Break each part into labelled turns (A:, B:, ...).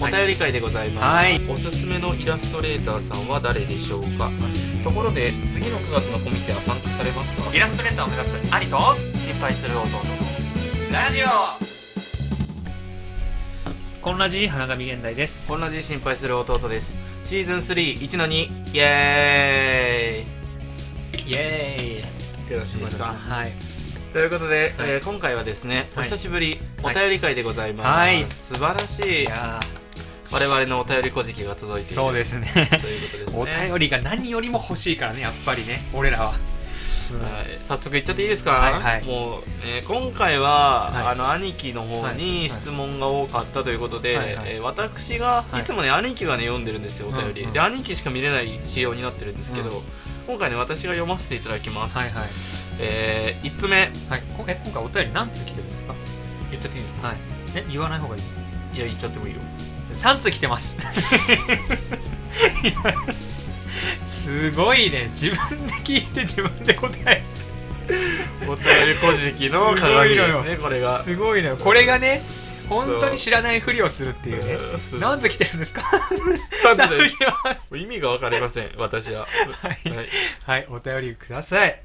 A: お便り会でございます、
B: はい
A: おすすめのイラストレーターさんは誰でしょうかところで次の9月のコミケは参加されますか
B: イラストレーターを目指す兄と心配する弟のラジオこんなじ花神現代です
A: 同じ心配する弟ですシーズン31の2イエ
B: イエ
A: ーイよろし
B: ー
A: い
B: イ
A: ですか
B: はい
A: ということで、
B: はい
A: えー今回はですね、お
B: はい
A: 久しぶりお
B: はい
A: 便り会でございます、
B: はい
A: 素晴らしい
B: いや
A: 我々のお便り小じが届いている
B: そうですね
A: ということですね
B: お便りが何よりも欲しいからねやっぱりね俺らは、
A: はい早速いっちゃっていいですか、
B: はいはい
A: もう、えー今回は、
B: はい
A: あの兄貴の方
B: はいは
A: に
B: い
A: 質問が多かったということで、
B: はいはい
A: えー私が、
B: はい
A: い、つもね兄貴がね読んでるんですよお便り、
B: うんうん
A: で兄貴しか見れない仕様になってるんですけど、
B: うん
A: 今回ね私が読ませていただきます、
B: はいはい
A: えー、1つ目
B: はいこえ今回お便り何通来てるんですか
A: 言っちゃっていいです
B: はいえ言わない方がいい
A: いや言っちゃってもいいよ
B: 3通来てます いやすごいね自分で聞いて自分で答え
A: お便り小じ きの鏡ですねこれが
B: すごいねこれがね本当に知らないふりをするっていうね
A: うん
B: 何で来てるんですか
A: 三つです
B: 来てます
A: 意味が分かりません私は
B: はい
A: はい、
B: はいお便りください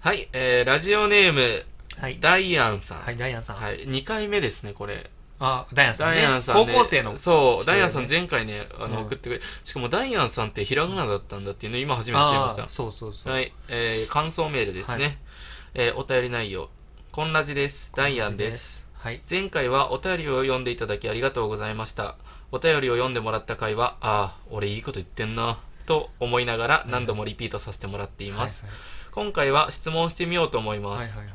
A: はいえー、ラジオネーム
B: はい
A: ダイアンさん
B: はいダイアンさん、
A: はい、2回目ですねこれ
B: あダイアンさん
A: ダ
B: ね
A: イアンさん、ね、
B: 高校生の
A: そうダ
B: 人だよね
A: イアンさん前回ねあの、
B: うん
A: 送ってくれしかもダイアンさんってひらがなだったんだっていうの今初めて知りま
B: あ
A: した
B: ーそうそうそう、
A: はい、えー感想メールですね、
B: は
A: えーお便り内容こんなじですダイアンです
B: はい
A: 前回はお便りを読んでいただきありがとうございましたお便りを読んでもらった回はああ俺いいこと言ってんなと思いながら何度もリピートさせてもらっています、今回は質問してみようと思い
B: はい
A: ま
B: はい
A: す、
B: はい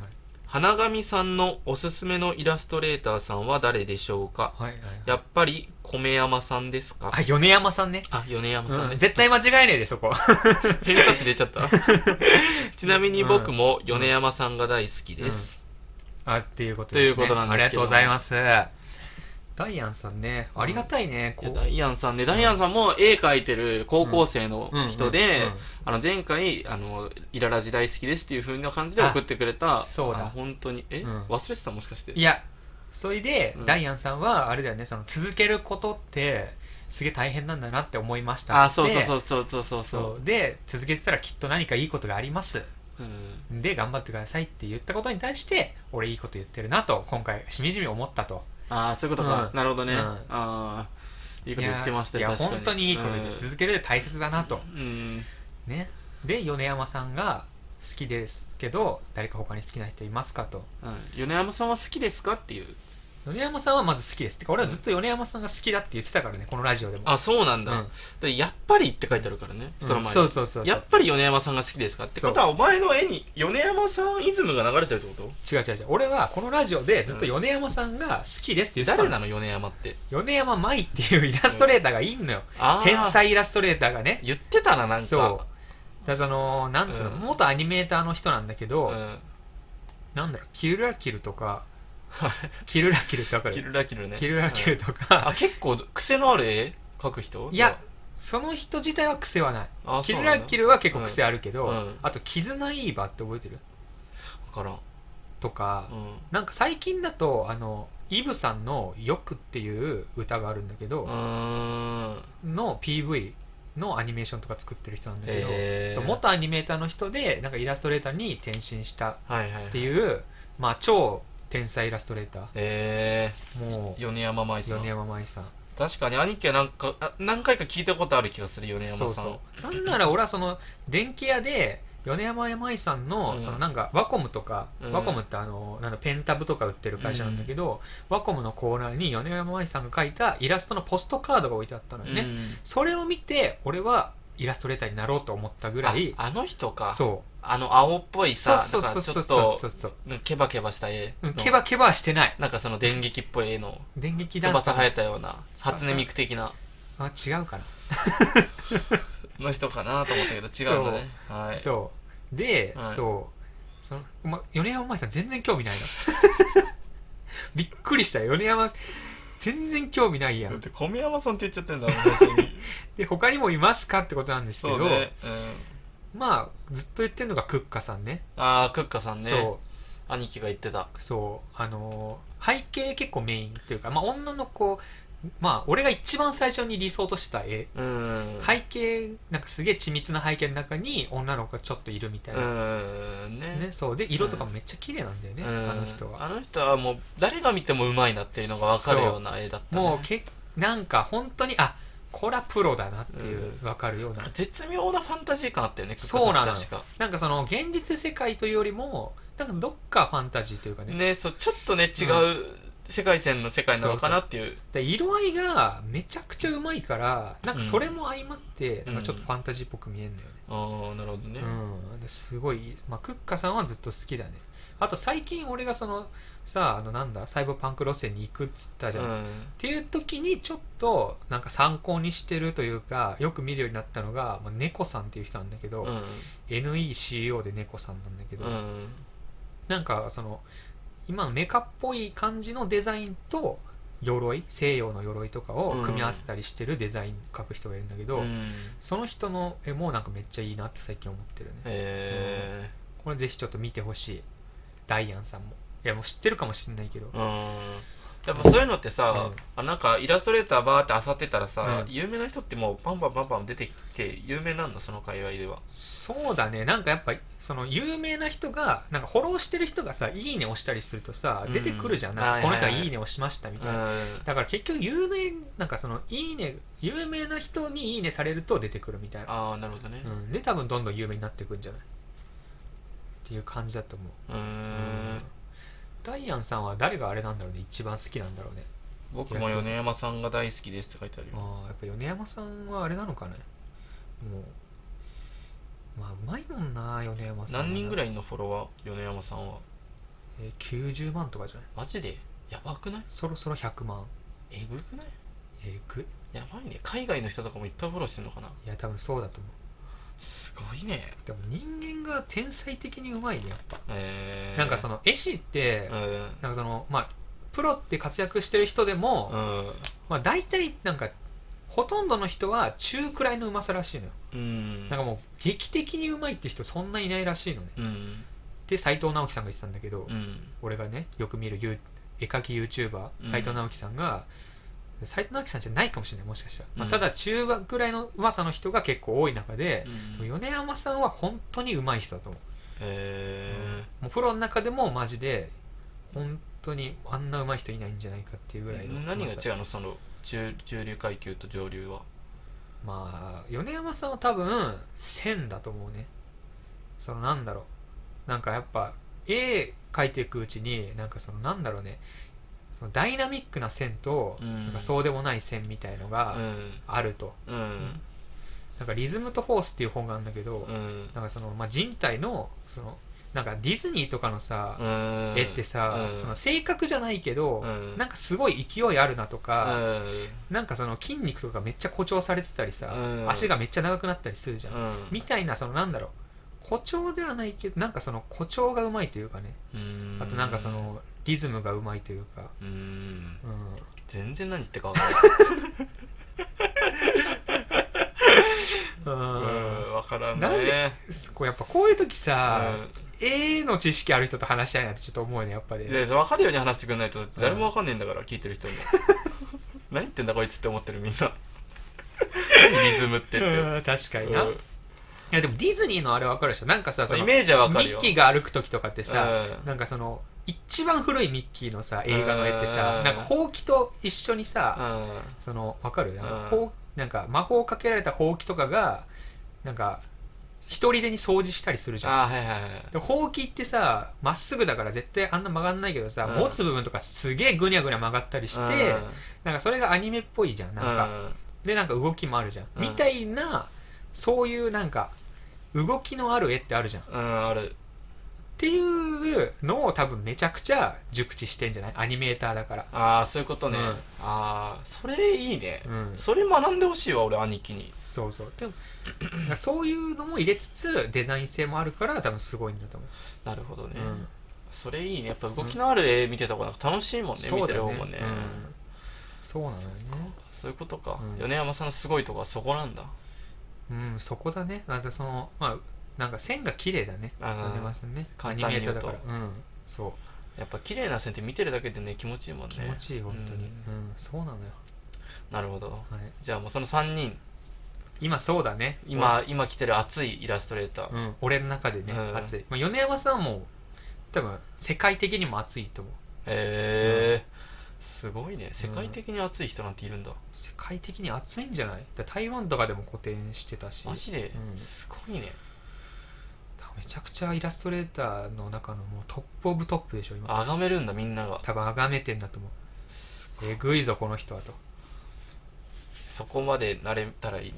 A: 花神さんのおすすめのイラストレーターさんは誰でしょうか
B: はいはいはいはい
A: やっぱり米山さんですか
B: あ米山さんね
A: あ米山さん
B: う
A: ね
B: ん、絶対間違えないでそこ
A: 偏差値出ちゃったちなみに僕も米山さんが大好きです、
B: あっていうことです、ね、
A: ということなんですけど
B: ありがとうございますダイアンさんねありがたいね、こう
A: いやダイアンさんねダイアンさんも絵描いてる高校生の人で、
B: うんうんうん
A: あの前回あの「イララジ大好きです」っていう風な感じで送ってくれた
B: あそうだ
A: あ本当にえ、
B: うん
A: 忘れてたもしかして
B: いやそれで、
A: うん
B: ダイアンさんはあれだよねその続けることってすげえ大変なんだなって思いました
A: あそうそうそううそうそうそうそ
B: そうで続けてたらきっと何かいいことがあります
A: う、うん、
B: で頑張ってくださいって言ったことに対して俺いいこと言ってるなと今回しみじみ思ったと
A: ああそういうことか、
B: うん
A: なるほどね、
B: うん
A: ああーいいこと言ってました
B: いや
A: よ
B: い
A: 確
B: や
A: かに
B: 本当にいいこと言って続けるで大切だなと、
A: うん、うん
B: ねで米山さんが好きですけど誰か他に好きな人いますかと
A: うん米山さんは好きですかっていう
B: 米山さんはまず好きですてか俺はずっと米山さんが好きだって言ってたからねこのラジオでも
A: あそうなんだ、
B: うん
A: でやっぱりって書いてあるからね、その前に
B: そうそうそうそ
A: や
B: う
A: っぱり米山さんが好きですかってことはお前の絵に米山さんイズムが流れてるってこと
B: 違う違う違う俺はこのラジオでずっと米山さんが好きですって言っ
A: 誰
B: て
A: な
B: た
A: の
B: の、
A: 米山って
B: 米山舞っていうイラストレーターがいんのよ、
A: あー
B: 天才イラストレーターがね
A: 言ってたななんか
B: そうだからそのなんつうの、
A: うん
B: 元アニメーターの人なんだけど、
A: ん、
B: なんだろうキルラキル とかキルラキルってわかる
A: キルラキルね
B: キルラキル
A: うん
B: と
A: あ
B: か、
A: 結構癖のある絵描く人
B: いやその人自体は癖はない
A: あ
B: キ
A: そう
B: ル
A: な
B: ラ
A: んだ
B: キルは結構癖あるけど、
A: うんうん
B: あと「絆イーバー」って覚えてる
A: わからん、
B: とか、
A: うん
B: なんか最近だとあのイブさんの「よく」っていう歌があるんだけ
A: う
B: ど、
A: ーん
B: の PV のアニメーションとか作ってる人なんだけど、
A: へー
B: そう元アニメーターの人でなんかイラストレーターに転身したっ
A: はいはいはい
B: ていう、まあ、超天才イラストレータ
A: え
B: ー
A: ー、
B: もう
A: 米山舞さん
B: 米山舞さん
A: 確かに兄貴はなんかあ何回か聞いたことある気がする米山さ
B: そ
A: ん
B: うそうなんなら俺はその電気屋で米山山井さんの,、
A: うん
B: そのなんかワコムとか、
A: うん
B: ワコムってあのなんだペンタブとか売ってる会社なんだけど、ワコムのコーナーに米山山井さんが描いたイラストのポストカードが置いてあったのよね、
A: うん
B: それを見て俺はイラストレーターになろうと思ったぐらい
A: ああの人か
B: そう
A: あの青っぽいさ
B: そう
A: なん
B: そ
A: か
B: うそ
A: ち
B: う
A: ょ
B: そう
A: っ
B: そう
A: と
B: そうそう
A: うんケバケバした絵
B: う
A: の
B: んケバケバはしてない
A: なんかその電撃っぽい絵の
B: 電撃団
A: 翼生え
B: 体
A: たような初音ミク的な
B: あ違うかな、
A: の人かなと思ったけど違うんだねはい
B: そうで、
A: はい
B: そうその、ま、米山舞さん全然興味ないのびっくりしたよ米山全然興味ないや
A: だっ
B: ん
A: て小宮山さんって言っちゃってんだもん本当に
B: で他にもいますかってことなん ですけ
A: そ
B: ど、
A: うね、うん、
B: まあずっと言ってるのがクッカさんね
A: ああクッカさんね
B: そ
A: 兄貴が言ってた
B: うそうあのー背景結構メインっていうか、まあ、女の子まあ俺が一番最初に理想としてた絵
A: うん
B: 背景なんかすげえ緻密な背景の中に女の子がちょっといるみたいうな、
A: んね
B: ね、そうで色とかもめっちゃ綺麗なんだよね、
A: うん
B: あの人は
A: あの人はもう誰が見てもうまいなっていうのが分かるような絵だった、ね、
B: もうけなんか本当にあこれはプロだなっていう
A: う
B: 分かるような、
A: 絶妙なファンタジー感あったよね
B: そうなのよ
A: クッカさん確
B: なんかその現実世界というよりもなんかどっかファンタジーというか
A: か
B: ね
A: ねそうちょっとね違う世界線の世界なのかなっていう
B: で色合いがめちゃくちゃうまいからなんかそれも相まって、
A: うん
B: なんかちょっとファンタジーっぽく見えるんだよね、
A: ああなるほどね、
B: うん、ですごいいい、まあ、クッカさんはずっと好きだねあと最近俺がそのさあのなんだサイボパンク路線に行くっつったじゃん、っ
A: ん
B: ていう時にちょっとなんか参考にしてるというかよく見るようになったのが、まあ、猫さんっていう人なんだけど、
A: うん
B: NECO で猫さんなんだけど、
A: うん
B: なんかその今のメカっぽい感じのデザインと鎧西洋の鎧とかを組み合わせたりしてるデザイン描く人がいるんだけど、
A: うん
B: その人の絵もなんかめっちゃいいなって最近思ってるね
A: え
B: これぜひちょっと見てほしいダイアンさんもいやもう知ってるかもしれないけど
A: ー、うんやっぱそういうのってさ、
B: うん
A: あなんかイラストレーターバーってあさってたらさ、
B: うん
A: 有名な人ってもうバンバンバンバン出てきて有名なんのその界隈では
B: そうだねなんかやっぱその有名な人がなんかフォローしてる人がさ「いいね」押したりするとさ
A: うん
B: 出てくるじゃん
A: は
B: ないいこの人
A: は
B: が「
A: いはい
B: いいね」押しましたみたいな
A: あ
B: だから結局有名なんかその「いいね」有名な人に「いいね」されると出てくるみたいな、
A: あーなるほどね
B: うん、で多分どんどん有名になっていくんじゃないっていう感じだと思う
A: うんん
B: ダイアンさんは誰があれなんだろうね一番好きなんだろうね
A: 僕も米山さんが大好きですって書いてあるよ
B: ああやっぱ米山さんはあれなのかねもうまあうまいもんな米山さ
A: 何
B: ん
A: 人ぐら
B: い、
A: いのフォロワー米山さんは
B: えー、90万とかじゃない
A: マジでやばくない
B: そろそろ100万
A: えぐくない
B: えぐい
A: やばいね海外の人とかもいっぱいフォローしてんのかない
B: や多分そうだと思う
A: すごいね
B: でも人間が天才的にうまいねやっぱ、
A: えー、
B: なんかその絵師って、
A: うん
B: なんかそのまあプロって活躍してる人でも、
A: うん
B: まあ大体なんかほとんどの人は中くらいのうまさらしいのよ、
A: うん
B: なんかもう劇的にうまいって人そんないないらしいのね
A: うん
B: で斎藤直樹さんが言ってたんだけど、
A: うん
B: 俺がねよく見るゆう絵描き YouTuber
A: うん
B: 斎藤直樹さんが斎、藤直樹さんじゃないかもしれないもしかしたら、まあ
A: うん
B: ただ中学ぐらいのうまさの人が結構多い中で
A: う、
B: で
A: ん
B: も米山さんは本当にうまい人だと思
A: え
B: うもうプロの中でもマジで本当にあんなうまい人いないんじゃないかっていうぐらい
A: ー、
B: の上手さ
A: 何が違うのその中中流階級と上流は
B: まあ米山さんは多分線だと思うねそのなんだろうなんかやっぱ絵描いていくうちになんかそのなんだろうねそのダイナミックな線と、
A: うん
B: なんかそうでもない線みたいの
A: う
B: が
A: ん
B: あると、
A: うん
B: なんか「リズムとフォース」っていう本があるんだけど、
A: うん
B: なんかその、まあ、人体のそのなんかディズニーとかのさ、
A: うん
B: 絵ってさ、
A: うん
B: その正確じゃないけど、
A: うん
B: なんかすごい勢いあるなと
A: う
B: か、
A: ん
B: なんかその筋肉とかめっちゃ誇張されてたりさ、
A: うん
B: 足がめっちゃ長くなったりするじゃん、
A: うん
B: みたいなそのなんだろう誇張ではないけどなんかその誇張がうまいというかね
A: うん
B: あとなんかそのリズムがうまいというか、
A: うん
B: うん、
A: 全然何言ってか分かんないうん分からんね
B: なんですこうやっぱこういう時さ、
A: うん
B: 絵の知識ある人と話したいなってちょっと思うよねやっぱり、
A: いや分かるように話してくんないと誰も分かんねえんだから、聞いてる 人も何言ってんだこいつって思ってるみんな何リズムってって、
B: うん確かにな、
A: うん
B: いやでもディズニーのあれ分かるでしょなんかさそ
A: イ
B: の
A: メージは分かる
B: ミ
A: よ
B: ッキーが歩く時とかってさ、
A: うん
B: なんかその一番古いミッキーのさ映画の絵ってさ、
A: うん
B: なんかほうきと一緒にさ、そのわかるなんか,、ほうなんか魔法をかけられたほうきとかがなんか一人でに掃除したりするじ
A: うん、
B: ゃん
A: ああはいはいはい
B: でほうきってさまっすぐだから絶対あんな曲がんないけどさ、
A: うん
B: 持つ部分とかすげえぐにゃぐにゃ曲がったりして、
A: うん
B: なんかそれがアニメっぽいじゃんなんか、でなんか動きもあるじゃん、
A: うん
B: みたいなそういうなんか動きのある絵ってあるじゃんっ
A: うん、うん、ある
B: ていうのを多分めちゃくちゃ熟知してんじゃないアニメーターだから
A: ああそういうことね、
B: うん
A: ああそれいいね、
B: うん
A: それ学んでほしいわ俺兄貴に
B: そうそうでもなんかそういうのも入れつつデザイン性もあるから多分すごいんだと思
A: なるほどね、
B: う、うん
A: それいいねやっぱ動きのある絵見てた方がなんか楽しいもんね、
B: そ
A: 見
B: う
A: て
B: だ
A: る
B: よ
A: 方
B: ね
A: もね、
B: うんそうなのよね
A: そういうことか、
B: うん
A: 米山さんのすごいとこはそこなんだ
B: うんそこだねあとそのまあなんか線が綺麗だね
A: あー
B: 出ますねア
A: 簡
B: ニ
A: 単
B: メ
A: に
B: ータ
A: 言うと
B: ーだからうんそう
A: やっぱ綺麗な線って見てるだけでね気持ちいいもんね
B: 気持ちいい本当に、うんそうなのよ
A: なるほど
B: はい、
A: じゃあもうその3人
B: 今そうだね
A: 今、今来てる熱いイラストレーター、
B: うん、俺の中でね、
A: うん
B: 熱い、まあ、米山さんはもう多分世界的にも熱いと思う
A: へえ、すごいね世界的に熱い人なんているんだ、
B: 世界的に熱いんじゃないだから台湾とかでも個展してたし
A: マジで、
B: うん
A: すごいね
B: めちゃくちゃイラストレーターの中のもうトップオブトップでしょ今
A: あがめるんだみんなが
B: 多分あがめてんだと思う
A: す
B: えぐいぞこの人はと
A: そこまでなれたらいいね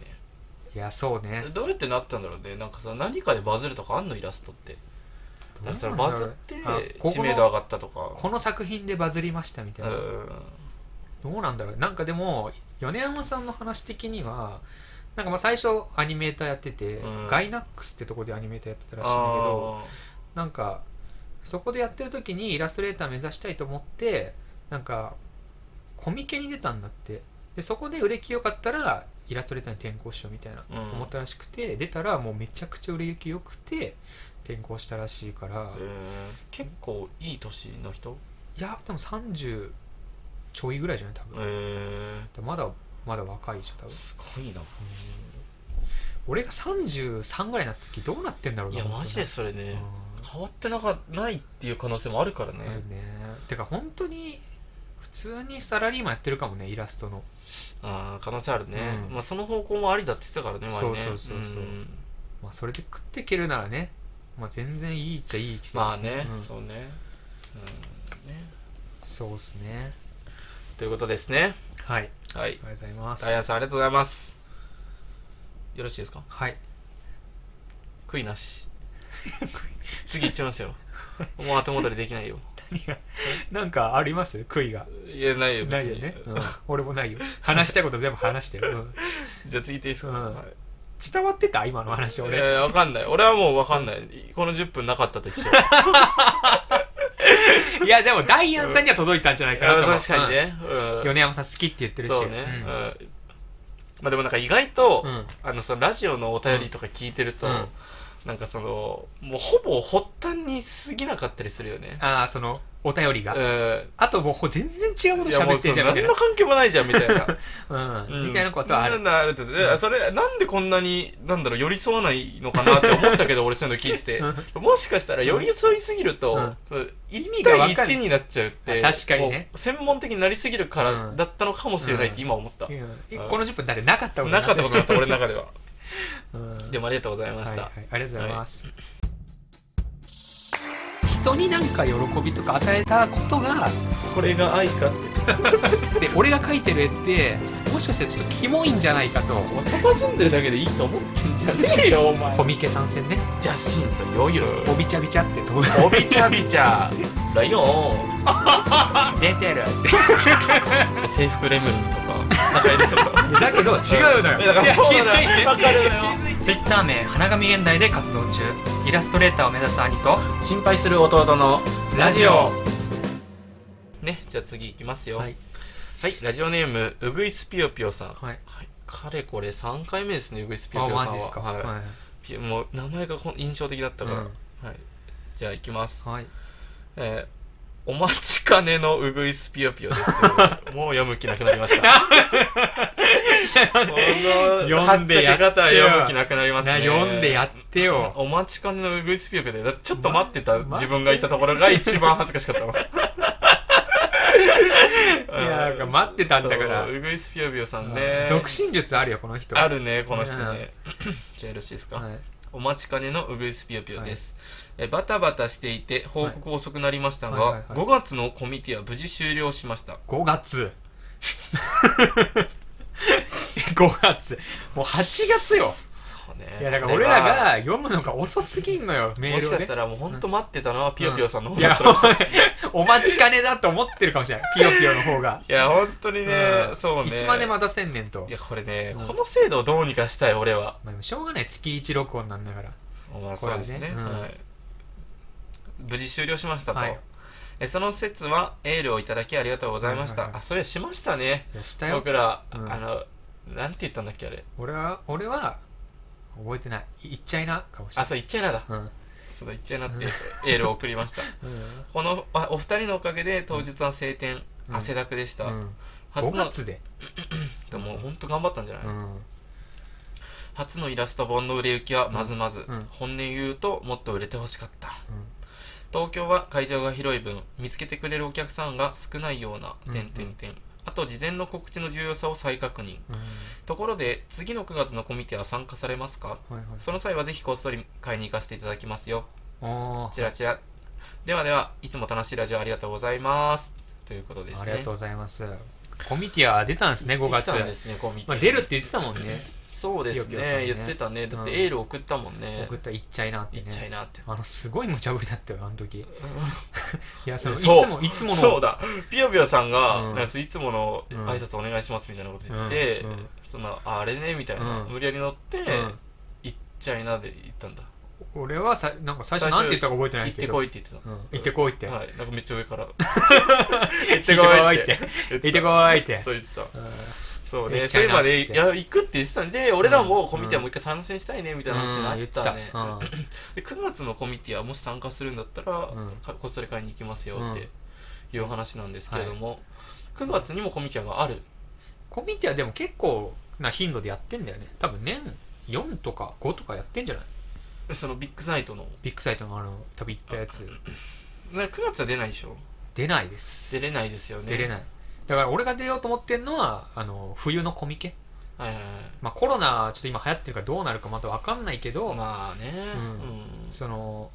B: いやそうね
A: どうやってなったんだろうねなんかさ何かでバズるとかあんのイラストってなんかそのバズって
B: あここの
A: 知名度上がったとか
B: この作品でバズりましたみたいな、
A: うん
B: どうなんだろうなんかでも米山さんの話的にはなんかまあ最初アニメーターやってて、
A: うん
B: ガイナックスってとこでアニメーターやってたらしいんだけど
A: あ
B: なんかそこでやってる時にイラストレーター目指したいと思ってなんかコミケに出たんだってでそこで売れ行き良かったらイラストレーターに転校しようみたいな、
A: うん
B: 思ったらしくて出たらもうめちゃくちゃ売れ行き良くて転校したらしいか
A: ー
B: ら、
A: 結構いい年の人
B: いやでも30ちょいぐらいじゃない多分、
A: え
B: でまだまだ若いでしょ多
A: ー、
B: 分
A: すごいな
B: 俺が33ぐらいになった時どうなってんだろう
A: い
B: な
A: やマジで
B: 本
A: それ
B: 当に
A: ね
B: うん
A: 変わってなかないっていう可能性もあるからね、
B: あるねてか本当に普通にサラリーマンやってるかもねイラストの
A: ああ可能性あるね、
B: うん
A: まあその方向もありだって言ってたからね前ね
B: そうそうそうそうんまあそれで食っていけるならね、まあ、全然いいっちゃいいけど
A: まあね、
B: うん
A: そうね,、うん、ね
B: そうっすね
A: ということですね
B: はいあり
A: はい
B: がとうございます
A: ダイヤさんありがとうございますよろしいですか
B: はい
A: 悔いなし次行っちゃいます よもう後戻りできないよ
B: 何がなんかあります悔いが
A: いやないよ別
B: ない
A: に
B: よね、うん俺もないよ話したいこと全部話してる、うん
A: じゃあ次行っていいですか、
B: うん
A: はい
B: 伝わってた今の話
A: い
B: 俺、
A: やいやわかんない俺はもうわかんないこの10分なかったと一緒
B: いやでもダイアンさんには届いたんじゃない かなと思う
A: 確かにね、
B: うん
A: うん
B: 米山さん好きって言ってるし
A: そうね、うん
B: うん
A: まあでもなんか意外と、
B: うん
A: あのそのラジオのお便りとか聞いてると、
B: うん
A: なんかそのもうほぼ発端に過ぎなかったりするよね
B: ああそのお便りが、
A: うん
B: あともうほ全然違うこと
A: いやも
B: 喋
A: う
B: っ
A: そ
B: てん
A: う
B: じゃんみたい
A: 何の関係もないじゃんみたいな、
B: な、う、
A: うんん
B: みたいなことはある
A: なんだあるとえそれなんでこんなになんだろう寄り添わないのかなって思ってたけど俺そういうの聞いててもしかしたら寄り添いすぎると、意味
B: が
A: が
B: 分かる
A: 1になっちゃうって
B: あ確かにね
A: もう専門的になりすぎるから
B: うん
A: だったのかもしれないって今思った、
B: うんえこの10分だってなかったこと
A: なかったことだった俺の中では
B: うん
A: でもありがとうございました、
B: はいはい、ありがとうございます、人になんか喜びとか与えたことが
A: これが愛かって
B: で俺が描いてる絵ってもしかしたらちょっとキモいんじゃないかと
A: 佇んでるだけでいいと思ってんじゃねえよお前
B: コミケ参戦ね
A: じゃシンとヨイロ
B: おびちゃびちゃって飛ぶ
A: おびちゃびちゃライオ ン
B: 出てるって
A: 制服レムリンとかなんかいるの
B: だけど違うのよ
A: いやだからそうだよ
B: いや気づいて
A: わかるのよ
B: ツイッター名花神現代で活動中イラストレーターを目指す兄と
A: 心配する弟の
B: ラジオ
A: ねじゃあ次いきますよは
B: はいい、
A: ラジオネームうぐいすぴよぴよさん、はい
B: はい
A: かれこれ3回目ですねうぐいすぴよ
B: あ
A: ぴよさんは
B: マジっすか
A: はい
B: は
A: ぴもう名前がほん印象的だったから、
B: うん
A: はいじゃあいきます
B: いはい
A: えーお待ちかねのうぐいすぴよぴよですけど、 もう読む気なくなりました。この、は
B: 読
A: っ
B: ん
A: ちゃ
B: でや
A: け
B: って
A: 方
B: よ
A: は読む気なくなります
B: な
A: ね。
B: 読んでやってよ
A: お待ちかねのうぐいすぴよぴよで、だちょっと待ってた自分がいたところが一番恥ずかしかった わ。
B: いやなんか待ってたんだから
A: そううぐいすぴよぴよさんね。
B: 独身術あるよこの人
A: あ
B: る
A: るね、この人ね。 じゃあよろしいですか。
B: はい
A: お待ちかねのうぐいすぴよぴよです、えバタバタしていて報告遅くなりましたが、
B: はいはいはいはい
A: 5月のコミティは無事終了しました
B: 5月 5月もう8月よ
A: そうね
B: いやだから俺ら
A: これは
B: が読むのが遅すぎんのよメ
A: も
B: ー
A: し
B: ルを
A: かした
B: ね
A: らもうほんと待ってたのはぴよぴよさんの方
B: い
A: だ
B: や
A: ったのかもしれない
B: お待ちかねだと思ってるかもしれないピヨピヨの方が
A: いやほんとにね、
B: うん
A: そうね
B: いつまで待たせんねんと
A: いやこれね、
B: うん
A: この制度をどうにかしたい俺は
B: まあでもしょうがない月1録音なんだから
A: まあ
B: こ
A: そ
B: れ
A: う
B: は
A: です
B: ね
A: ね
B: うん
A: はい、無事終了しましたと、
B: はい
A: えその説はエールをいただきありがとうございました、
B: はいはいはい
A: あそれしましたね
B: いやしたよ
A: 僕ら、
B: うん
A: あのなんて言ったんだっけあれ
B: 俺は俺は覚えてないい言っちゃいなかもしれ
A: あ
B: ない
A: そう言っちゃいなだ
B: うん
A: その一応なってエールを送りましたこのあお二人のおかげで当日は晴天、
B: うん
A: 汗だくでした、
B: うん、5
A: 初の
B: 月で
A: でも本当頑張ったんじゃない、
B: うん
A: 初のイラスト本の売れ行きはまずまず、
B: うんうん
A: 本音言うともっと売れてほしかった
B: うん
A: 東京は会場が広い分見つけてくれるお客さんが少ないような
B: うん
A: 点点点あと事前の告知の重要さを再確認
B: うん
A: ところで次の9月のコミティは参加されますか
B: はいはい
A: その際はぜひこっそり買いに行かせていただきますよ
B: あ
A: チラチラではではいつも楽しいラジオありがとうございますということで
B: ー
A: す
B: あ
A: ね
B: りがとうございますコミティア出たんですね5
A: でき
B: 月
A: たんですねコミティ
B: まあ、出るって言ってたもんね
A: そうです
B: よくよさん
A: ね
B: ね
A: 言ってたねだっ
B: う
A: て
B: ん
A: エール送ったもんね
B: 送ったら行っちゃいなって
A: 行
B: ね
A: っちゃいなって
B: あのすごい無茶ぶりだったよあの時いやそのいつ
A: そう
B: もいつもの
A: そうだピヨピヨさんが、
B: うん
A: なんかいつもの
B: うん
A: 挨拶お願いしますみたいなこと言って、
B: うんうん
A: そのああれねみたいな、
B: うん
A: 無理やり乗って、
B: うん
A: 行っちゃいなで行ったんだ
B: 俺はさなんか最初
A: 最初
B: なんて言ったか覚えてない
A: 行っ
B: け
A: て
B: ど
A: こいって言ってた、
B: うん行ってこいって、
A: はいなんかめっちゃ上から行っ
B: 行っててこ
A: こ
B: い
A: い
B: っ
A: ってて
B: 行ってこいって
A: そう言ってた
B: うん
A: そう
B: 行
A: ね
B: っち
A: そう
B: ゃ
A: い
B: い
A: え
B: なっ
A: ば
B: つって
A: ねいや行くって言ってたんで俺らもコミティアもう一回参戦したいねみたいな話にな
B: うん言
A: っ
B: って
A: た
B: た
A: ね、
B: うん
A: で9月のコミティアもし参加するんだったら、
B: ん
A: かこっそり買いに行きますよ
B: うん
A: っていう話なんですけれども、9月にもコミティアがある
B: コミティアでも結構な頻度でやってんだよね多分年4とか5とかやってんじゃない
A: そのビッグサイトの
B: ビッグサイトのあの多分行ったやつ
A: な9月は出ないでしょ
B: 出ないです
A: 出れ
B: い、
A: ないですよね
B: 出れないだから俺が出ようと思ってんのはあの冬のコミケ
A: はいはい
B: まあコロナちょっと今流行ってるからどうなるかまだ分かんないけど、
A: はいまあね
B: う
A: うん、
B: その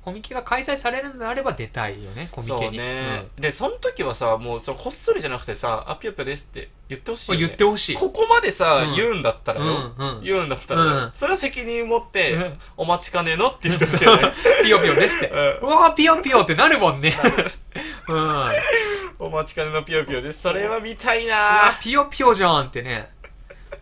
B: コミケが開催されるのであれば出たいよねコミケに
A: そうね、でその時はさもうそのこっそりじゃなくてさ「あぴよぴよです」って言ってほしい
B: うん
A: よ、ね、
B: 言ってほしい
A: ここまでさ、
B: うん
A: 言うんだったら
B: う
A: よ、
B: んうん
A: 言うんだったらよ、
B: うん
A: それは責任持って、
B: うん
A: お待ちかねのって言ってほしいよ ね
B: ピヨピヨですって
A: う
B: うわーピヨピヨってなるもんねうんうわ
A: お待ちかねのぴよぴよですそれは見たいな
B: ピヨピヨじゃんってね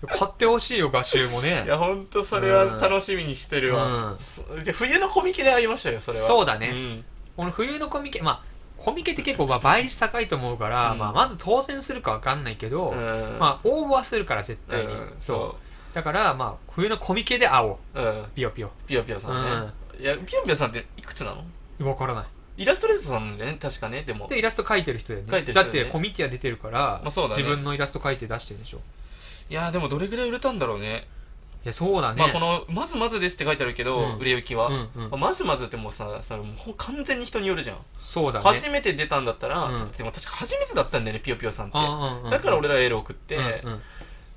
B: 買ってほしいよ画集もね
A: いやほんとそれは楽しみにしてるわ、
B: うん
A: そで冬のコミケで会いましたよそれは
B: そううだね、
A: ん
B: この冬のコミケまあコミケって結構まあ倍率高いと思うから、
A: うん
B: まあ、まず当選するかわかんないけど、
A: うん
B: まあ応募はするから絶対に、
A: うん
B: そうだからまあ冬のコミケで会おう
A: ううん
B: ピヨピヨ
A: ピヨピヨさんね、いやピヨピヨさんっていくつなの
B: わからない
A: イラストレーターさんなんだよね確かねでも
B: でイラスト描いてる人だよね
A: 描いてる人だ
B: だっ
A: よね
B: てコミティア出てるから、
A: まあそうだね
B: 自分のイラスト描いて出してるんでしょい
A: いやでもどれぐらい売れたんだろうね
B: やそうだね、
A: まあこの「まずまずです」って書いてあるけど、
B: うん
A: 売れ行きは、
B: うんう
A: ま
B: ん
A: あまずまずってもうさそれもうほん完全に人によるじゃん、
B: そうだね
A: 初めて出たんだったら、
B: うん
A: でも確か初めてだったんだよねピヨピヨさんって、
B: あうんうん
A: だから俺らエール送って、
B: うんうん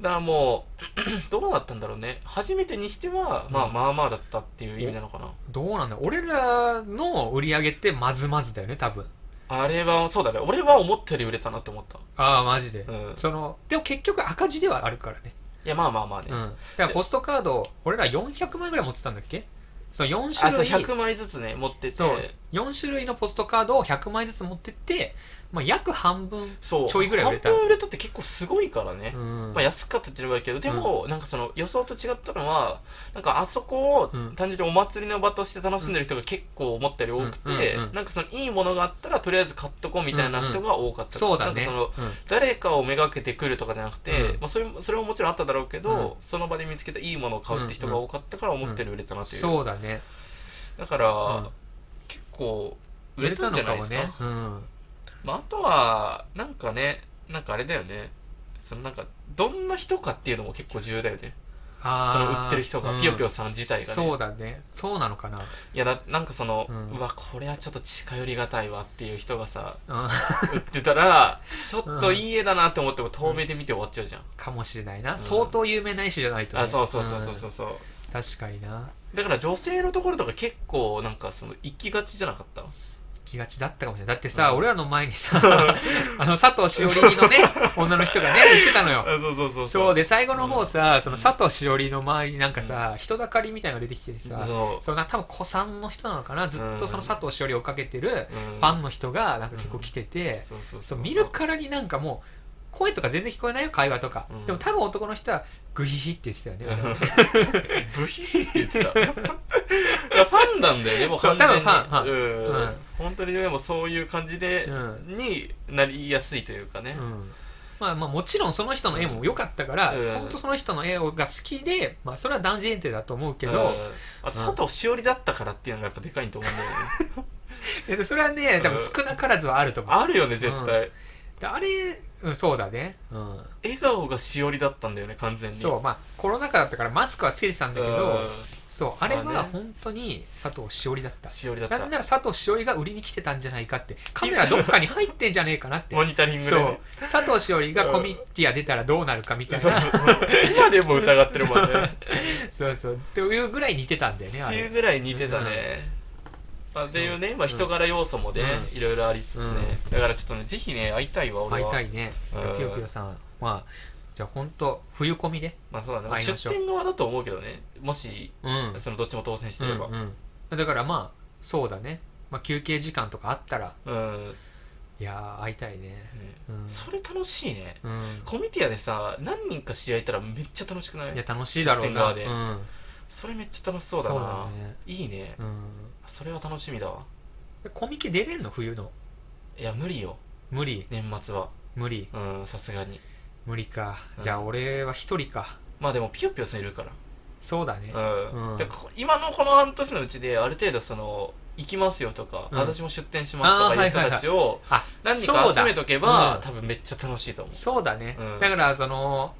A: だからもう どうなったんだろうね初めてにしては、まあ
B: うん
A: まあまあだったっていう意味なのかな
B: どうなんだ俺らの売り上げってまずまずだよね多分
A: あれはそうだね俺は思ったより売れたなって思った
B: ああマジで、
A: うん
B: そのでも結局赤字ではあるからね
A: いやまあまあまあね、
B: うん、だからポストカード俺ら400枚ぐらい持ってたんだっけその4
A: あ
B: 種
A: そう
B: 類
A: 100枚ずつね持ってて
B: そう4種類のポストカードを100枚ずつ持ってって、まあ、約半分
A: そう
B: ちょいぐらい売れた
A: 半分売れたって結構すごいからね、
B: うん
A: まあ、安かったって言えばいいけどでも、なんかその予想と違ったのはなんかあそこを
B: うん
A: 単純にお祭りの場として楽しんでる人が結構思ったより多くて、
B: うんうんうん
A: なんかそのいいものがあったらとりあえず買っとこうみたいな人が多かった、
B: そうだ
A: なん
B: ね
A: かその
B: うん
A: 誰かをめがけてくるとかじゃなくて、
B: うん
A: まあ、それもそれももちろんあっただろうけど、
B: うん
A: その場で見つけたいいものを買うって人が多かったから思ったより売れたなという,、
B: そうだね
A: だから、
B: うん
A: 結構売れたんじゃないですか
B: 売れたのもね、
A: まあ、あとはなんかねなんかあれだよねそのなんかどんな人かっていうのも結構重要だよね
B: あ
A: そ
B: ー
A: の売ってる人が、
B: うん
A: ピヨピヨさん自体が
B: そ
A: ね
B: うだねそうなのかな、
A: いやだなんかその、
B: う
A: うんわこれはちょっと近寄りがたいわっていう人がさ
B: うん、
A: 売 ってたらちょっといい絵だなって思っても透明で見て終わっちゃうじゃん、
B: かもしれないな、
A: ん
B: 相当有名な石じゃないとね、
A: あそうそうそうそうそうんそう、
B: 確かにな
A: だから女性のところとか結構なんかその行きがちじゃなかった
B: 気がちだったかもしれないだってさ、
A: うん
B: 俺らの前にさ あの佐藤しおりのね女の人がね言ってたのよ
A: そうそうそう
B: そう
A: で
B: で最後の方さ、その佐藤しおりの周りになんかさ、人だかりみたいなのが出てきて
A: そ
B: さ、
A: う
B: その多分子さんの人なのかなずっとその佐藤しおりを追っかけてる
A: うん
B: ファンの人がなんか結構来てて、
A: そうそう
B: そ
A: そうう
B: 見るからになんかもう声とか全然聞こえないよ会話とか、
A: うん
B: でも多分男の人はグヒヒって言ってたよね、
A: ブヒーって言ってたいやファンなんだよねもう
B: そう
A: 完全に
B: 多分ファンフ
A: うん、
B: うん
A: 本当にでもそういう感じで、
B: う
A: になりやすいというかね、
B: うんまあ、まあもちろんその人の絵も良かったから、
A: うん
B: 本当その人の絵が好きで、まあ、それは男性前提だと思うけ
A: うん
B: ど、
A: あと佐藤しおりだったからっていうのがやっぱでかいと思うんだよね
B: でそれはね多分少なからずはあると思う
A: あるよね絶対、
B: であれうん、そうだね。うん。
A: 笑顔がしおりだったんだよね完全に
B: そう、まあ、コロナ禍だったからマスクはつけてたんだけど、
A: う
B: そう、あれ
A: まあ
B: は
A: ね
B: 本当に佐藤しおりだった
A: ん。しおりだった
B: なんなら佐藤しおりが売りに来てたんじゃないかって、カメラどっかに入ってんじゃねえかなって。
A: モニタリングで、
B: そう
A: ね、、
B: 佐藤しおりがコミティア出たらどうなるかみたい
A: そう
B: な、
A: そうそう今でも疑ってるもん ね
B: そうそう、っていうぐらい似てたんだよね、
A: っ
B: あ
A: ていう
B: れ。
A: ぐらい似てたね、まあ、っていうね、まあ、人柄要素もね、
B: う
A: いろいろありつつね、だからちょっとねぜひね会いたいわ俺
B: 会い
A: は
B: たいね
A: うん、
B: ぴよぴよさん。まあ、じゃあ本当、冬込みね。
A: まあそうだね、まあ
B: 会いまし
A: 出
B: ょう
A: 店側だと思うけどねもし
B: うん。
A: そのどっちも当選してれば
B: うんうんだからまあ、そうだね。まあ、休憩時間とかあったら、
A: うん、
B: いやー、会いたいね。うん。
A: それ楽しいね
B: うん。
A: コミティアでさ何人か知り合えたらめっちゃ楽しくない
B: いや、楽しいだろう
A: 出店側
B: な。
A: で
B: うん。
A: それめっちゃ楽しそうだな
B: そうだね
A: いいね
B: うん。
A: それは楽しみだわ
B: コミケ出れんの冬の。
A: いや無理よ
B: 無理、
A: 年末は
B: 無理、
A: うんさすがに
B: 無理か
A: う。ん
B: じゃあ俺は一人か。
A: まあでもピヨピヨさんいるから
B: そうだね。
A: うん
B: うん
A: でこ今のこの半年のうちである程度その行きますよとか、
B: うん
A: 私も出店しますとかいう人たちを
B: あ、
A: 何人か集めとけば、
B: そうだ
A: 多分めっちゃ楽しいと思う
B: そうだね。
A: うん
B: だから、その、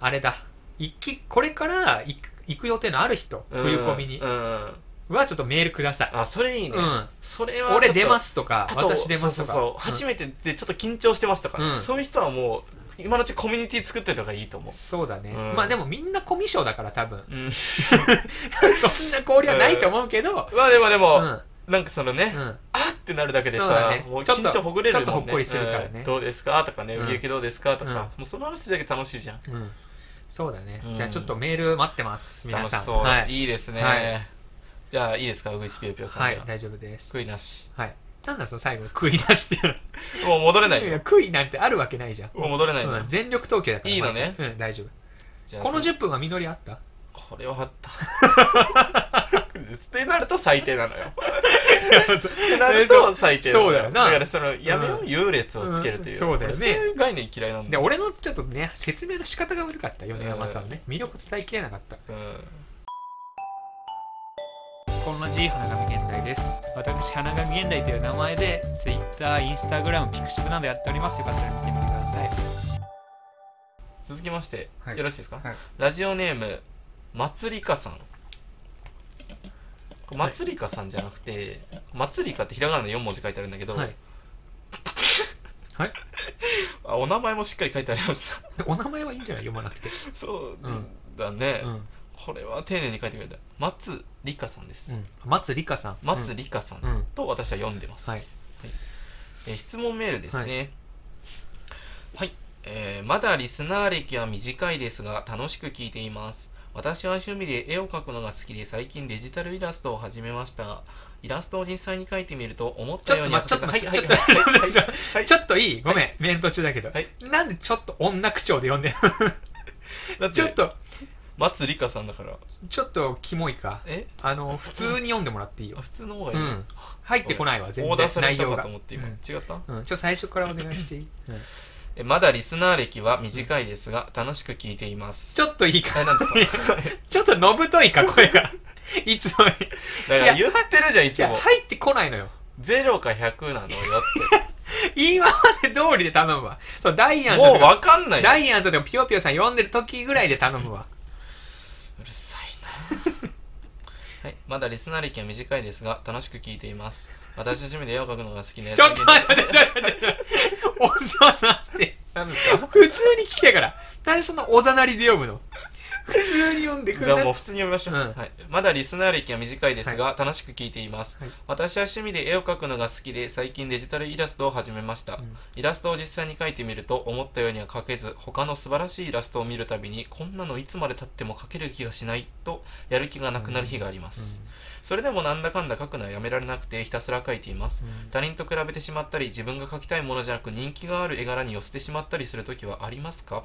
B: あれだ。一気、これから行く行く予定のある人、
A: うん
B: 冬コミに
A: う。ん
B: はちょっとメールください。
A: あそれいいね、
B: うん。
A: それは
B: 俺出ますすとか、
A: あと
B: 私出ます
A: そ
B: とか。
A: うそうそう初めてでちょっと緊張してますとか、
B: うん
A: そういう人はもう今のうちコミュニティ作ってとかいいと思う
B: そうだね、
A: うん
B: まあでもみんなコミュ障だから 多分
A: うん
B: そんな交流はないと思うけど、
A: まあでもで
B: う
A: も、
B: んうん
A: なんかそのね、あってなるだけで
B: そう
A: さ、
B: だね
A: もう
B: ちょっと
A: 緊張ほぐれるもんね
B: ちょっとほっこりするからね
A: うんどうですかとかね
B: うん
A: 売り行きどうですかとか、
B: うん
A: もうその話だけ楽しいじゃん
B: うんそうだね、
A: うん
B: じゃあちょっとメール待ってます皆
A: 楽し
B: さん
A: そう、、
B: はいい、
A: いですね、
B: はい
A: じゃあいいですかうぐいすぴよぴよさん
B: は
A: で
B: い
A: は、、
B: 大丈夫です
A: 悔いな し
B: はいなんだその最後食い出しって
A: もう戻れない
B: い
A: よ
B: や悔いなんてあるわけないじゃん、
A: もう戻れないよ、
B: うん、全力投球だから
A: いいのね
B: うん大丈
A: じゃ
B: 夫
A: あ
B: この10分は実りあった
A: これはあったってなると最低なの よってなると最低なの
B: そうだよな
A: だからそのやめよう、
B: うん
A: 優劣をつけるという、
B: うんそうだよね
A: 俺そういう概念嫌いなんだ
B: で
A: よ、
B: 俺のちょっとね説明の仕方が悪かった米山さんね、魅力伝えきれなかった
A: うん、
B: こんなじ花神現代です私花神現代という名前で Twitter、Instagram、ピクシブなどやっておりますよかったら見てみてください
A: 続きまして、
B: はい
A: よろしいですか、
B: はい
A: ラジオネームまつりかさんこれまつりかさんじゃなくて、まつりかってひらがなで4文字書いてあるんだけど、
B: はい
A: あお名前もしっかり書いてありました
B: お名前はいいんじゃない読まなくて、
A: そう
B: うん
A: だね、
B: うん
A: これは丁寧に書いてくれた松理香さんです、
B: 松理香さん
A: 松理香さん
B: うん
A: と私は読んでます、
B: はい
A: えー質問メールですねはい、えーまだリスナー歴は短いですが楽しく聞いています私は趣味で絵を描くのが好きで最近デジタルイラストを始めましたがイラストを実際に描いてみると思っ
B: ち
A: たよう
B: ょっと
A: に
B: 待って、ちょっと
A: はい
B: 待って、
A: はい
B: ちょっと
A: はい
B: 待って、ちょっ
A: は
B: と、ちょっといいごめん、面途中だけど
A: はい。
B: なんでちょっと女口調で呼んでん
A: だっ
B: のちょってと、
A: 松理香さんだから
B: ちょっとキモいか。
A: え
B: あの、普通に読んでもらっていいよ
A: あ。普通の方が
B: う
A: いい、
B: ん。入ってこないわ、全
A: オーダー
B: 然
A: され
B: 内
A: た
B: 容
A: か
B: が
A: と。思って今、
B: うん
A: 違った
B: うん、ちょっと最初からお願いしていい
A: えまだリスナー歴は短いですが、楽しく聞いています。
B: ちょっといいか
A: え、。なんですか
B: ちょっとのぶといか、声 が。いつもより。
A: だから
B: い
A: 言ってるじゃん、い
B: じ
A: つ
B: ゃあ
A: も。
B: 入ってこないのよ。
A: 0か100なのよ
B: 今まで通りで頼むわ。そう、ダイ
A: っ
B: ア
A: て。
B: ンさ
A: も
B: んと
A: う
B: か。
A: わかんないよ
B: ダイアンとでもピヨピヨさん呼んでる時ぐらいで頼むわ。
A: うるさいな。はい、まだリスナー歴は短いですが、楽しく聞いています。私の趣味で絵を描くのが好きで。
B: ちょっと待って、ちょっと待って、ちょっと待って。おざなって。
A: 何ですか
B: 普通に聞きたから。なんでそんなおざなりで読むの普通に読んでく
A: じゃ
B: れ
A: あ
B: な
A: もう
B: い
A: 普通に読みましょう、
B: うん
A: はい、まだリスナー歴は短いですが、楽しく聞いています、
B: はい
A: 私は趣味で絵を描くのが好きで最近デジタルイラストを始めました、
B: ん
A: イラストを実際に描いてみると思ったようには描けず他の素晴らしいイラストを見るたびにこんなのいつまでたっても描ける気がしないとやる気がなくなる日があります、それでもなんだかんだ描くのはやめられなくてひたすら描いています、
B: うん
A: 他人と比べてしまったり自分が描きたいものじゃなく人気がある絵柄に寄せてしまったりする時はありますか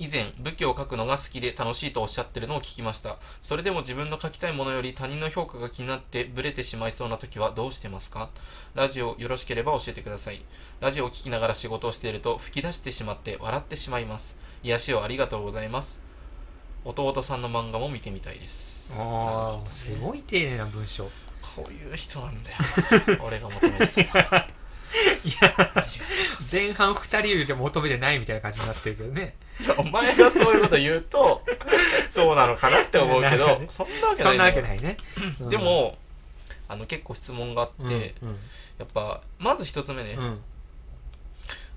A: 以前武器を書くのが好きで楽しいとおっしゃってるのを聞きましたそれでも自分の書きたいものより他人の評価が気になってブレてしまいそうな時はどうしてますかラジオよろしければ教えてくださいラジオを聞きながら仕事をしていると吹き出してしまって笑ってしまいます癒しをありがとうございます弟さんの漫画も見てみたいですなるほ
B: あ
A: どね
B: あ、すごい丁寧な文章。
A: こういう人なんだよ俺が求めてた
B: 前半二人じゃ求めてないみたいな感じになってるけどね。
A: お前がそういうこと言う と、そうなのかなって思うけ
B: なん
A: ど
B: か、ね
A: そんなわけない
B: そんなわけ
A: い。
B: ないね。うん
A: で、も、あの、結構質問があって、
B: うん
A: やっぱ、まず一つ目ね、
B: うんうん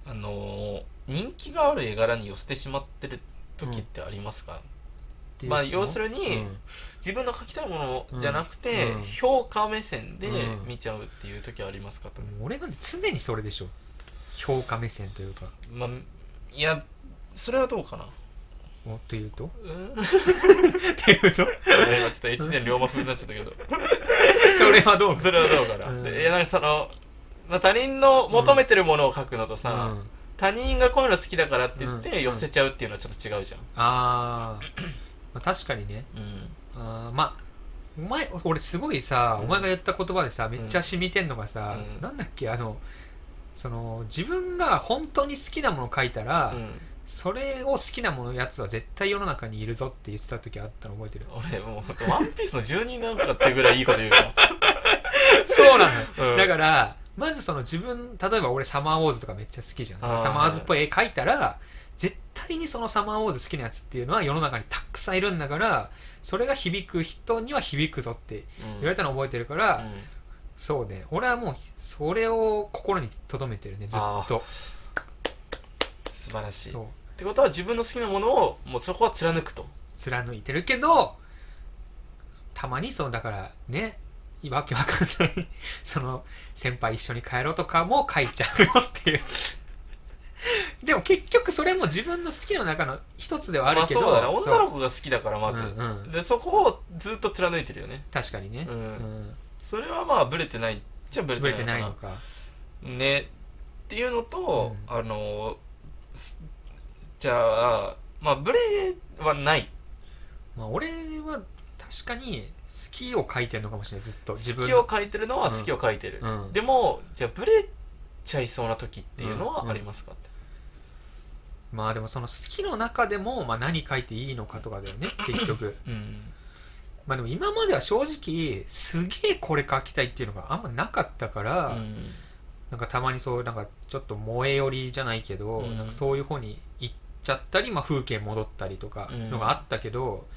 A: あのー人気がある絵柄に寄せてしまってる時ってありますか、まあ要するに
B: うん
A: 自分の描きたいものじゃなくて、
B: うんうん
A: 評価目線で
B: うん
A: 見ちゃうっていう時ありますかと、
B: 俺なんて常にそれでしょ。評価目線というか。
A: まあいやそれはどうかな
B: おというと
A: うん
B: っていうと
A: 今ちょっと越前龍馬風になっちゃったけど
B: それは どうか
A: それはどうかな、
B: うん
A: でいやなんかその、まあ、他人の求めてるものを描くのとさ、
B: うん
A: 他人がこういうの好きだからって言っ
B: うん
A: て寄せちゃうっていうのはちょっと違うじゃん、
B: あー、まあ確かにね
A: うん
B: あーまあお前俺すごいさ、
A: うん
B: お前が言った言葉でさめっちゃ染みてんのがさ、
A: うん
B: なんだっけあのその自分が本当に好きなものを書いたら、
A: うん
B: それを好きなものやつは絶対世の中にいるぞって言ってた時あったの覚えてる
A: 俺もう「ワンピースの住人なんかってぐらいいいこと言うから
B: そうなのよ、
A: うん
B: だからまずその自分例えば俺サマーウォーズとかめっちゃ好きじゃん
A: あー
B: サマーウォーズっぽい絵描いたら絶対にそのサマーウォーズ好きなやつっていうのは世の中にたくさんいるんだからそれが響く人には響くぞって言われたの覚えてるから、
A: うん
B: そうね俺はもうそれを心に留めてるねずっと
A: 素晴らしいっ
B: そう
A: てことは自分の好きなものをもうそこは貫くと
B: 貫いてるけどたまにそのだからねわけわかんないその先輩一緒に帰ろうとかも書いちゃうよっていうでも結局それも自分の好きの中の一つではあるけど、
A: まあ、そうだね
B: そう
A: 女の子が好きだからまず、
B: うんうん
A: でそこをずっと貫いてるよね
B: 確かにね、
A: うん
B: うん
A: それはまあブレてないっちゃブレ
B: ぶれ
A: て
B: て
A: な
B: ないい
A: の
B: の
A: か
B: か
A: なねっていうのと、
B: う
A: あのすじゃあまあブレはない
B: まあ俺は確かに好きを書いてるのかもしれないずっと自
A: 好
B: 分
A: き
B: の
A: を書いてるのは好きを書いてる、
B: うん
A: でもじゃあブレちゃいそうな時っていうのはありますかって、
B: まあでもその好きの中でも、まあ、何書いていいのかとかだよね結局
A: うん
B: まあでも今までは正直すげえこれ書きたいっていうのがあんまなかったから、
A: うん
B: なんかたまにそうなんかちょっと萌え寄りじゃないけど、
A: うん
B: なんかそういう方に行っちゃったり、まあ、風景戻ったりとかのがあったけど、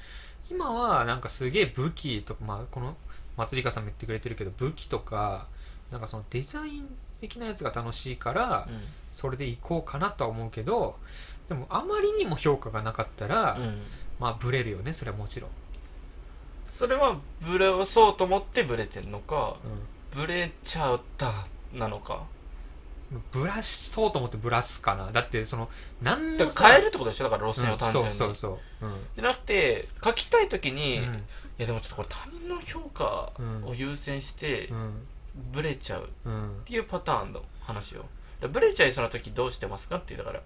B: 今はなんかすげえ武器とか、まあ、この祭りかさんも言ってくれてるけど武器とかなんかそのデザイン的なやつが楽しいから、それで行こうかなとは思うけどでもあまりにも評価がなかったら、
A: うん
B: まあブレるよねそれはもちろん、
A: それはブレそうと思ってブレてんのかブレちゃったなのか
B: うん、ブラしそうと思ってブラすかなだってその何
A: だ
B: の
A: から変え
B: る
A: るってことでしょだから路線を単純に、
B: そうそうそう、うん
A: じゃなくて書きたい時に、
B: う
A: い
B: ん
A: やでもちょっとこれ他人の評価を優先して
B: うん
A: ブレちゃうっ
B: うん
A: ていうパターンの話をだからブレちゃいそうな時どうしてますかっていうだから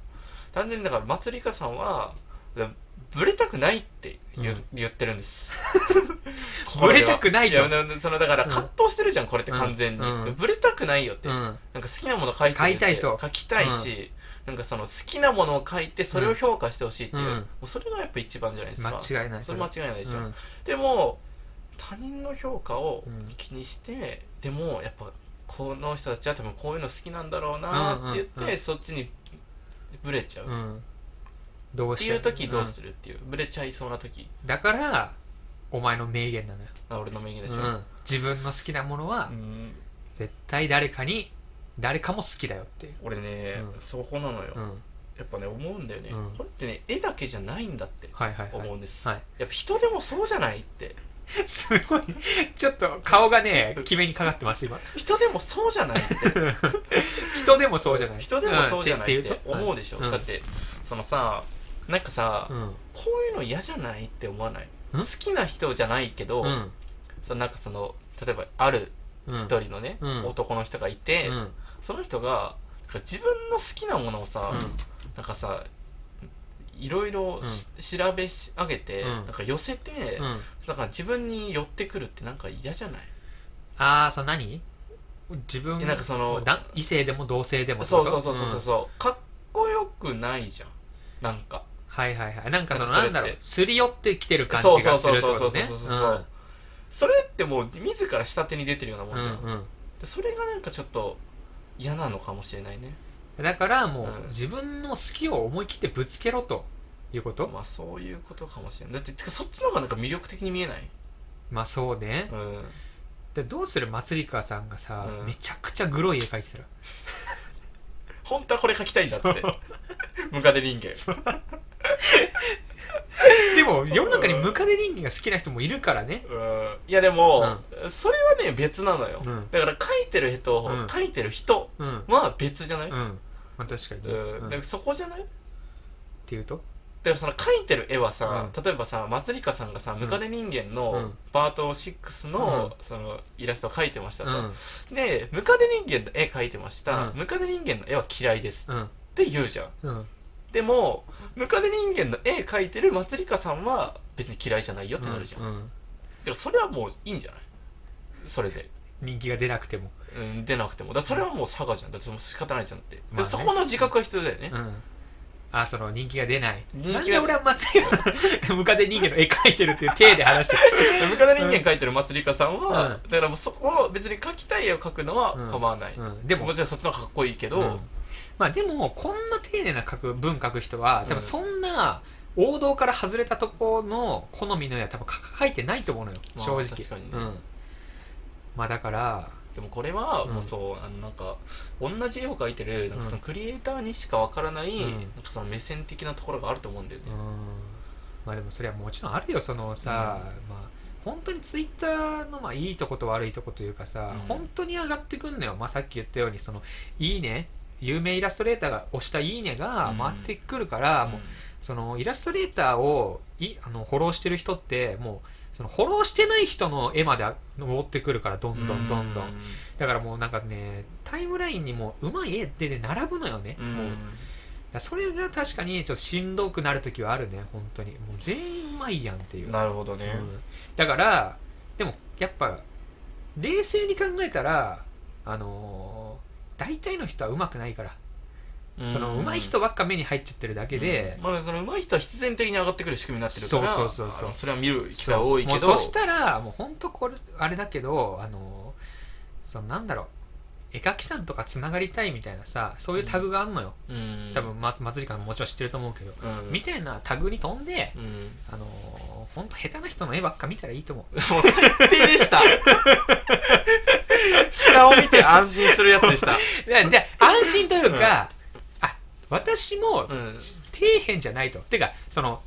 A: 単純にだから祭りかさんはだからブレたくないって言,、う
B: うん
A: 言ってるんです
B: ブレたくないと
A: やでもそのだから
B: うん
A: 葛藤してるじゃん、これって完全に、
B: うんうん
A: ブレたくないよって、
B: うん
A: なんか好きなもの書いて
B: 買いたいと
A: 書きたいし、なんかその好きなものを書いてそれを評価してほしいっていう、
B: うん
A: もうそれがやっぱ一番じゃないですか
B: 間違いない
A: それ間違いないでしょ、
B: うん
A: でも他人の評価を
B: うん
A: 気にして、でもやっぱこの人たちは多分こういうの好きなんだろうなって言って、
B: うんうんうん
A: そっちにブレちゃう、
B: う
A: っ
B: んどう
A: て
B: して
A: いう時どうするっていう、ブレちゃいそうな時
B: うんだからお前の名言なのよ、
A: あ俺の名言でしょ、
B: うん、自分の好きなものは
A: うん
B: 絶対誰かに誰かも好きだよっていう、
A: 俺ね、
B: うん
A: そこなのよ、
B: うん、
A: やっぱね思うんだよね、
B: うん
A: これってね絵だけじゃないんだって
B: はいはい、はい
A: 思、うんです、
B: はいは
A: やっぱ人でもそうじゃないって
B: すごい、ちょっと顔 がね、決めにかかってます、今。
A: 人でもそうじゃ ないって
B: 人でもそうじゃない。
A: 人でもそうじゃないっ
B: ん
A: て思うでしょ、
B: うん
A: だってそのさなんかさ、
B: うん。うん
A: こういうの嫌じゃないって思わない好きな人じゃないけど、
B: うん。
A: そのなんかその例えばある
B: うん
A: 一人のね、
B: うん
A: 男の人がいて、
B: うん
A: その人がなんか自分の好きなものをさ、なんかさいろいろし、調べし上げて、
B: うん
A: なんか寄せて、
B: うんうん
A: だから自分に寄ってくるってなんか嫌じゃない
B: あー、その何自分
A: えなんかその
B: だ異性でも同性でもって
A: そ
B: こ
A: う
B: と
A: そうそうそうそう、
B: ん
A: そうかっこよくないじゃんなんか
B: はいはいはい。なんかそ
A: な
B: の、
A: んかそれ
B: な
A: って
B: んだろう、すり寄ってきてる感じがするってことね。
A: そうそうそうそうそうそうそれってもう自ら下手に出てるようなもん
B: うん
A: じゃん、
B: うんうん
A: でそれがなんかちょっと嫌なのかもしれないね
B: だからも
A: うん
B: う自分の好きを思い切ってぶつけろということ、ま
A: まあそういうことかもしれないだっててかそっちの方がなんか魅力的に見えない
B: あそうね、
A: うん
B: でどうする松里香さんがさ、
A: うん
B: めちゃくちゃグロい絵描いてたら
A: 本当はこれ描きたいんだっつって
B: そう
A: ムカデ人間
B: でも世の中にムカデ人間が好きな人もいるからね
A: うんいやでも、それはね別なのよ、
B: うん
A: だから書いてる人、
B: うん
A: 書いてる人
B: うんうん
A: は別じゃない、うん
B: まあ確かにね、う
A: だ
B: ん
A: か
B: っ
A: らそこじゃないだか
B: ていうと
A: らその書いてる絵はさ、例えばさまつりかさんがさムカデ人間
B: う
A: の
B: ん
A: パート6の,、そのイラストを描いてました
B: う
A: と、
B: ん
A: でムカデ人間の絵描いてました、
B: うん
A: ムカデ人間の絵は嫌いです
B: うん
A: って言うじゃん
B: うん
A: でもムカデ人間の絵描いてるまつりかさんは別に嫌いじゃないよってなるじゃん、
B: うんうん
A: でもそれはもういいんじゃないそれで
B: 人気が出なくても、
A: うん、出なくてもだからそれはもう差がじゃんだってその仕方ないじゃんって、
B: まあね
A: でそこの自覚は必要だよね、
B: うん、あその人気が出ない
A: 人気が
B: なんで俺は松里香 さんムカデ人間の絵描いてるっていう体で話して る
A: ムカデ人間描いてるまつりかさんは、
B: う
A: だからもうそこを別に描きたい絵を描くのは構わない、
B: うん、でも
A: もちろんそっちの方がかっこいいけど、
B: うんまあでもこんな丁寧な書く文書く人は
A: う
B: 多
A: ん
B: 分そんな王道から外れたとこの好みの絵は多分書書いてないと思うのよ、
A: まあ
B: 正直
A: 確かにね
B: うん、まあだから
A: でもこれは
B: うん
A: もうそう、あのなんか同じ絵を描いてるなんかそのクリエイターにしかわからない、
B: うん
A: なんかその目線的なところがあると思うんだよね
B: うん、まあでもそれはもちろんあるよそのさ、まあ本当にツイッターのまあいいとこと悪いとこというかさ、
A: うん
B: 本当に上がってくんのよ、まあ、さっき言ったようにそのいいね有名イラストレーターが押した「いいね」が回ってくるから、もうそのイラストレーターをいあのフォローしてる人ってもうそのフォローしてない人の絵まで登ってくるからど
A: うん
B: どんどんどん、
A: う
B: だからもうなんかねタイムラインにもううまい絵って、ね、並ぶのよね、
A: うん
B: もうだからそれが確かにちょっとしんどくなる時はあるね本当にもう全員うまいやんっていう、
A: なるほどね、
B: うんだからでもやっぱ冷静に考えたらあのー大体の人はうまくないから、
A: ん
B: そのうまい人ばっか目に入っちゃってるだけで、
A: うんまあ、その上手い人は必然的に上がってくる仕組みになってるから
B: そうそうそうそう
A: あのれは見る機会は多いけど
B: そうもうそしたらもう本当これあれだけどあのそのなんだろう絵描きさんとかつながりたいみたいなさそういうタグがあんのよ、
A: うん
B: 多分ま祭りかももちろん知ってると思うけど、
A: うん
B: みたいなタグに飛んで
A: うんも
B: あの本当下手な人の絵ばっか見たらいいと思う
A: う最低でした下を見て安心するやつでした
B: でで安心というか、あ私も
A: うん
B: 底辺じゃないと、てかその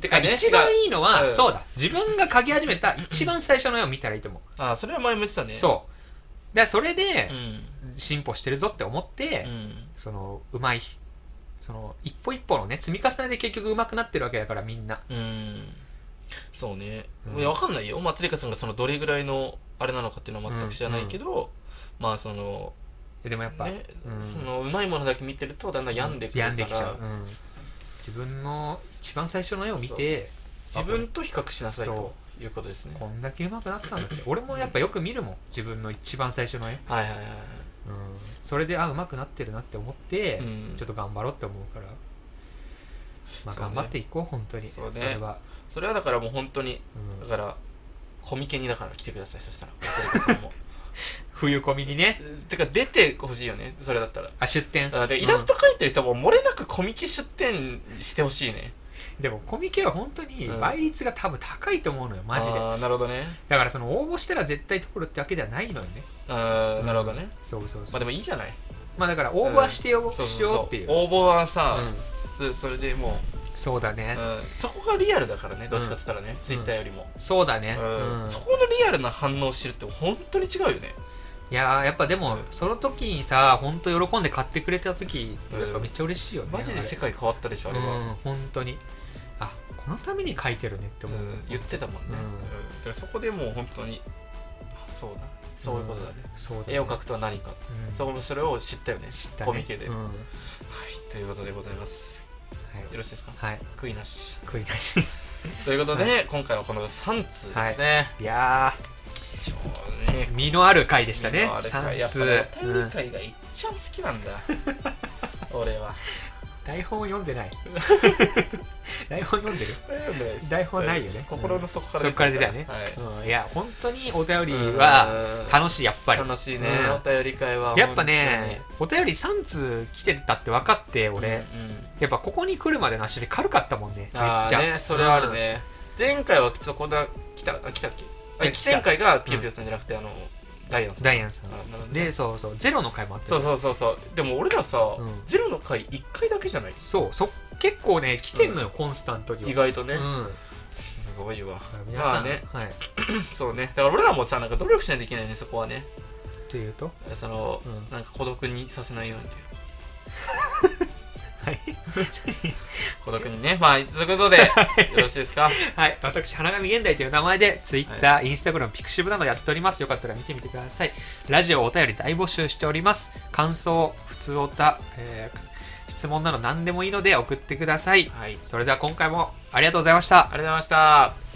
A: てかね
B: 一番
A: 違う
B: いいのは、
A: うん
B: そうだ自分が描き始めた一番最初の絵を見たらいいと思う、
A: あそれは前も言ってたね
B: そうでそれで
A: う、ん
B: 進歩してるぞって思って、
A: うん
B: そのうまいひその一歩一歩のね積み重ねで結局うまくなってるわけだからみんな
A: うんそうね、
B: うん
A: いやわかんないよまつりかさんがそのどれぐらいのあれなのかっていうのは全く知らないけど、まあその
B: でもやっぱ、
A: ね、
B: うん
A: そのうまいものだけ見てるとだんだん病んでくるから、
B: 病んできちゃう、うん自分の一番最初の絵を見て
A: 自分と比較しなさいと
B: そ
A: いうことですね
B: こんだけうまくなったんだって俺もやっぱよく見るもん自分の一番最初の絵、
A: はいはいはい
B: それであうまくなってるなって思って、
A: うん
B: ちょっと頑張ろうって思うからまあ
A: そうね
B: 頑張っていこう本当に
A: そうね
B: れは、
A: それはだからもう本当に
B: うん
A: だからコミケにだから来てくださいそしたら松岡さんも
B: 冬コミにね
A: てか出てほしいよねそれだったら
B: あ出店
A: あでイラスト描いてる人も漏れなくコミケ出店してほしいね
B: でもコミケは本当に倍率が多分高いと思うのよ、マジで
A: あーなるほどね
B: だからその応募したら絶対通るってわけではないのよね
A: あーなるほどね、
B: そうそうそう
A: まあでもいいじゃない
B: まあだから応募はしてよ、
A: そうそ
B: し
A: う
B: よ
A: そう
B: っていう
A: 応募はさ、
B: うん
A: そそれでもう、
B: そうだね、
A: うんそこがリアルだからねどっちかって言ったらね、ツイッターよりも、
B: そうだね、
A: うん
B: うん
A: そこのリアルな反応を知るって本当に違うよね
B: いやーやっぱでも、
A: うん
B: その時にさ本当喜んで買ってくれた時やっぱめっちゃ嬉しいよね、
A: マジで世
B: あ
A: 界変わったでしょあ
B: れ
A: れは、
B: うん本当にあこのために書いてるねって思う、
A: 言ってたもんね、
B: うん
A: うんだからそこでもう本当にあそうだそういうことだね、
B: そうだね
A: 絵を描くとは何か、
B: うん
A: そこそれを知ったよね
B: 知ったね
A: コミケで、
B: うん
A: はい
B: はい、
A: ということでございますよろしいですか
B: はい、
A: 悔いなし
B: 悔いなし です
A: ということで、
B: は
A: 今回はこの3通ですね、
B: いや
A: しょうね
B: ー身のある回でしたね
A: あれか
B: 3
A: やっ
B: 通
A: ぱりお便
B: う
A: り
B: ん
A: 会がいっちゃん好きなんだ俺は
B: 台本読んでない 台本読んでる
A: 台
B: 台本ないよね
A: 心の底から
B: そこから出たよね、
A: はい
B: うん、いや本当にお便りは
A: は
B: 楽しいやっぱり
A: 楽しいね
B: うん
A: お便り会は
B: やっぱねお便り3通来てたって分かって
A: 本当
B: 俺、
A: に
B: やっぱここに来るまでの足で軽かったもんねめっち
A: ああ
B: ゃ、
A: ねそれはあるね前回はちょっとこんな来たあ来たっけ
B: いや
A: あ
B: 来た
A: 前回がピヨピヨさんじゃなくてあのダイアン
B: う
A: さ
B: ん
A: ん
B: ダイアンさ
A: あ
B: ん
A: なるほどね
B: でそうそうゼロの回もあって
A: そうそうそうそうでも俺らさ
B: うん
A: ゼロの回1回だけじゃない
B: そうそ結構ね来てんのよ、コンスタントには
A: 意外とね
B: うん、
A: すごいわ
B: 皆
A: ま
B: さ
A: あ
B: ん、
A: ね
B: はい、
A: そうねだから俺らもさなんか努力しないといけないねそこはね
B: というと
A: その
B: うん
A: なんか孤独にさせないように
B: はい、
A: 孤独にねまあということでよろしいですか
B: はい、私花神現代という名前で Twitter、Instagram、Pixiv などやっておりますよかったら見てみてくださいラジオお便り大募集しております感想普通おた、えー質問など何でもいいので送ってください
A: はい
B: それでは今回もありがとうございました
A: ありがとうございました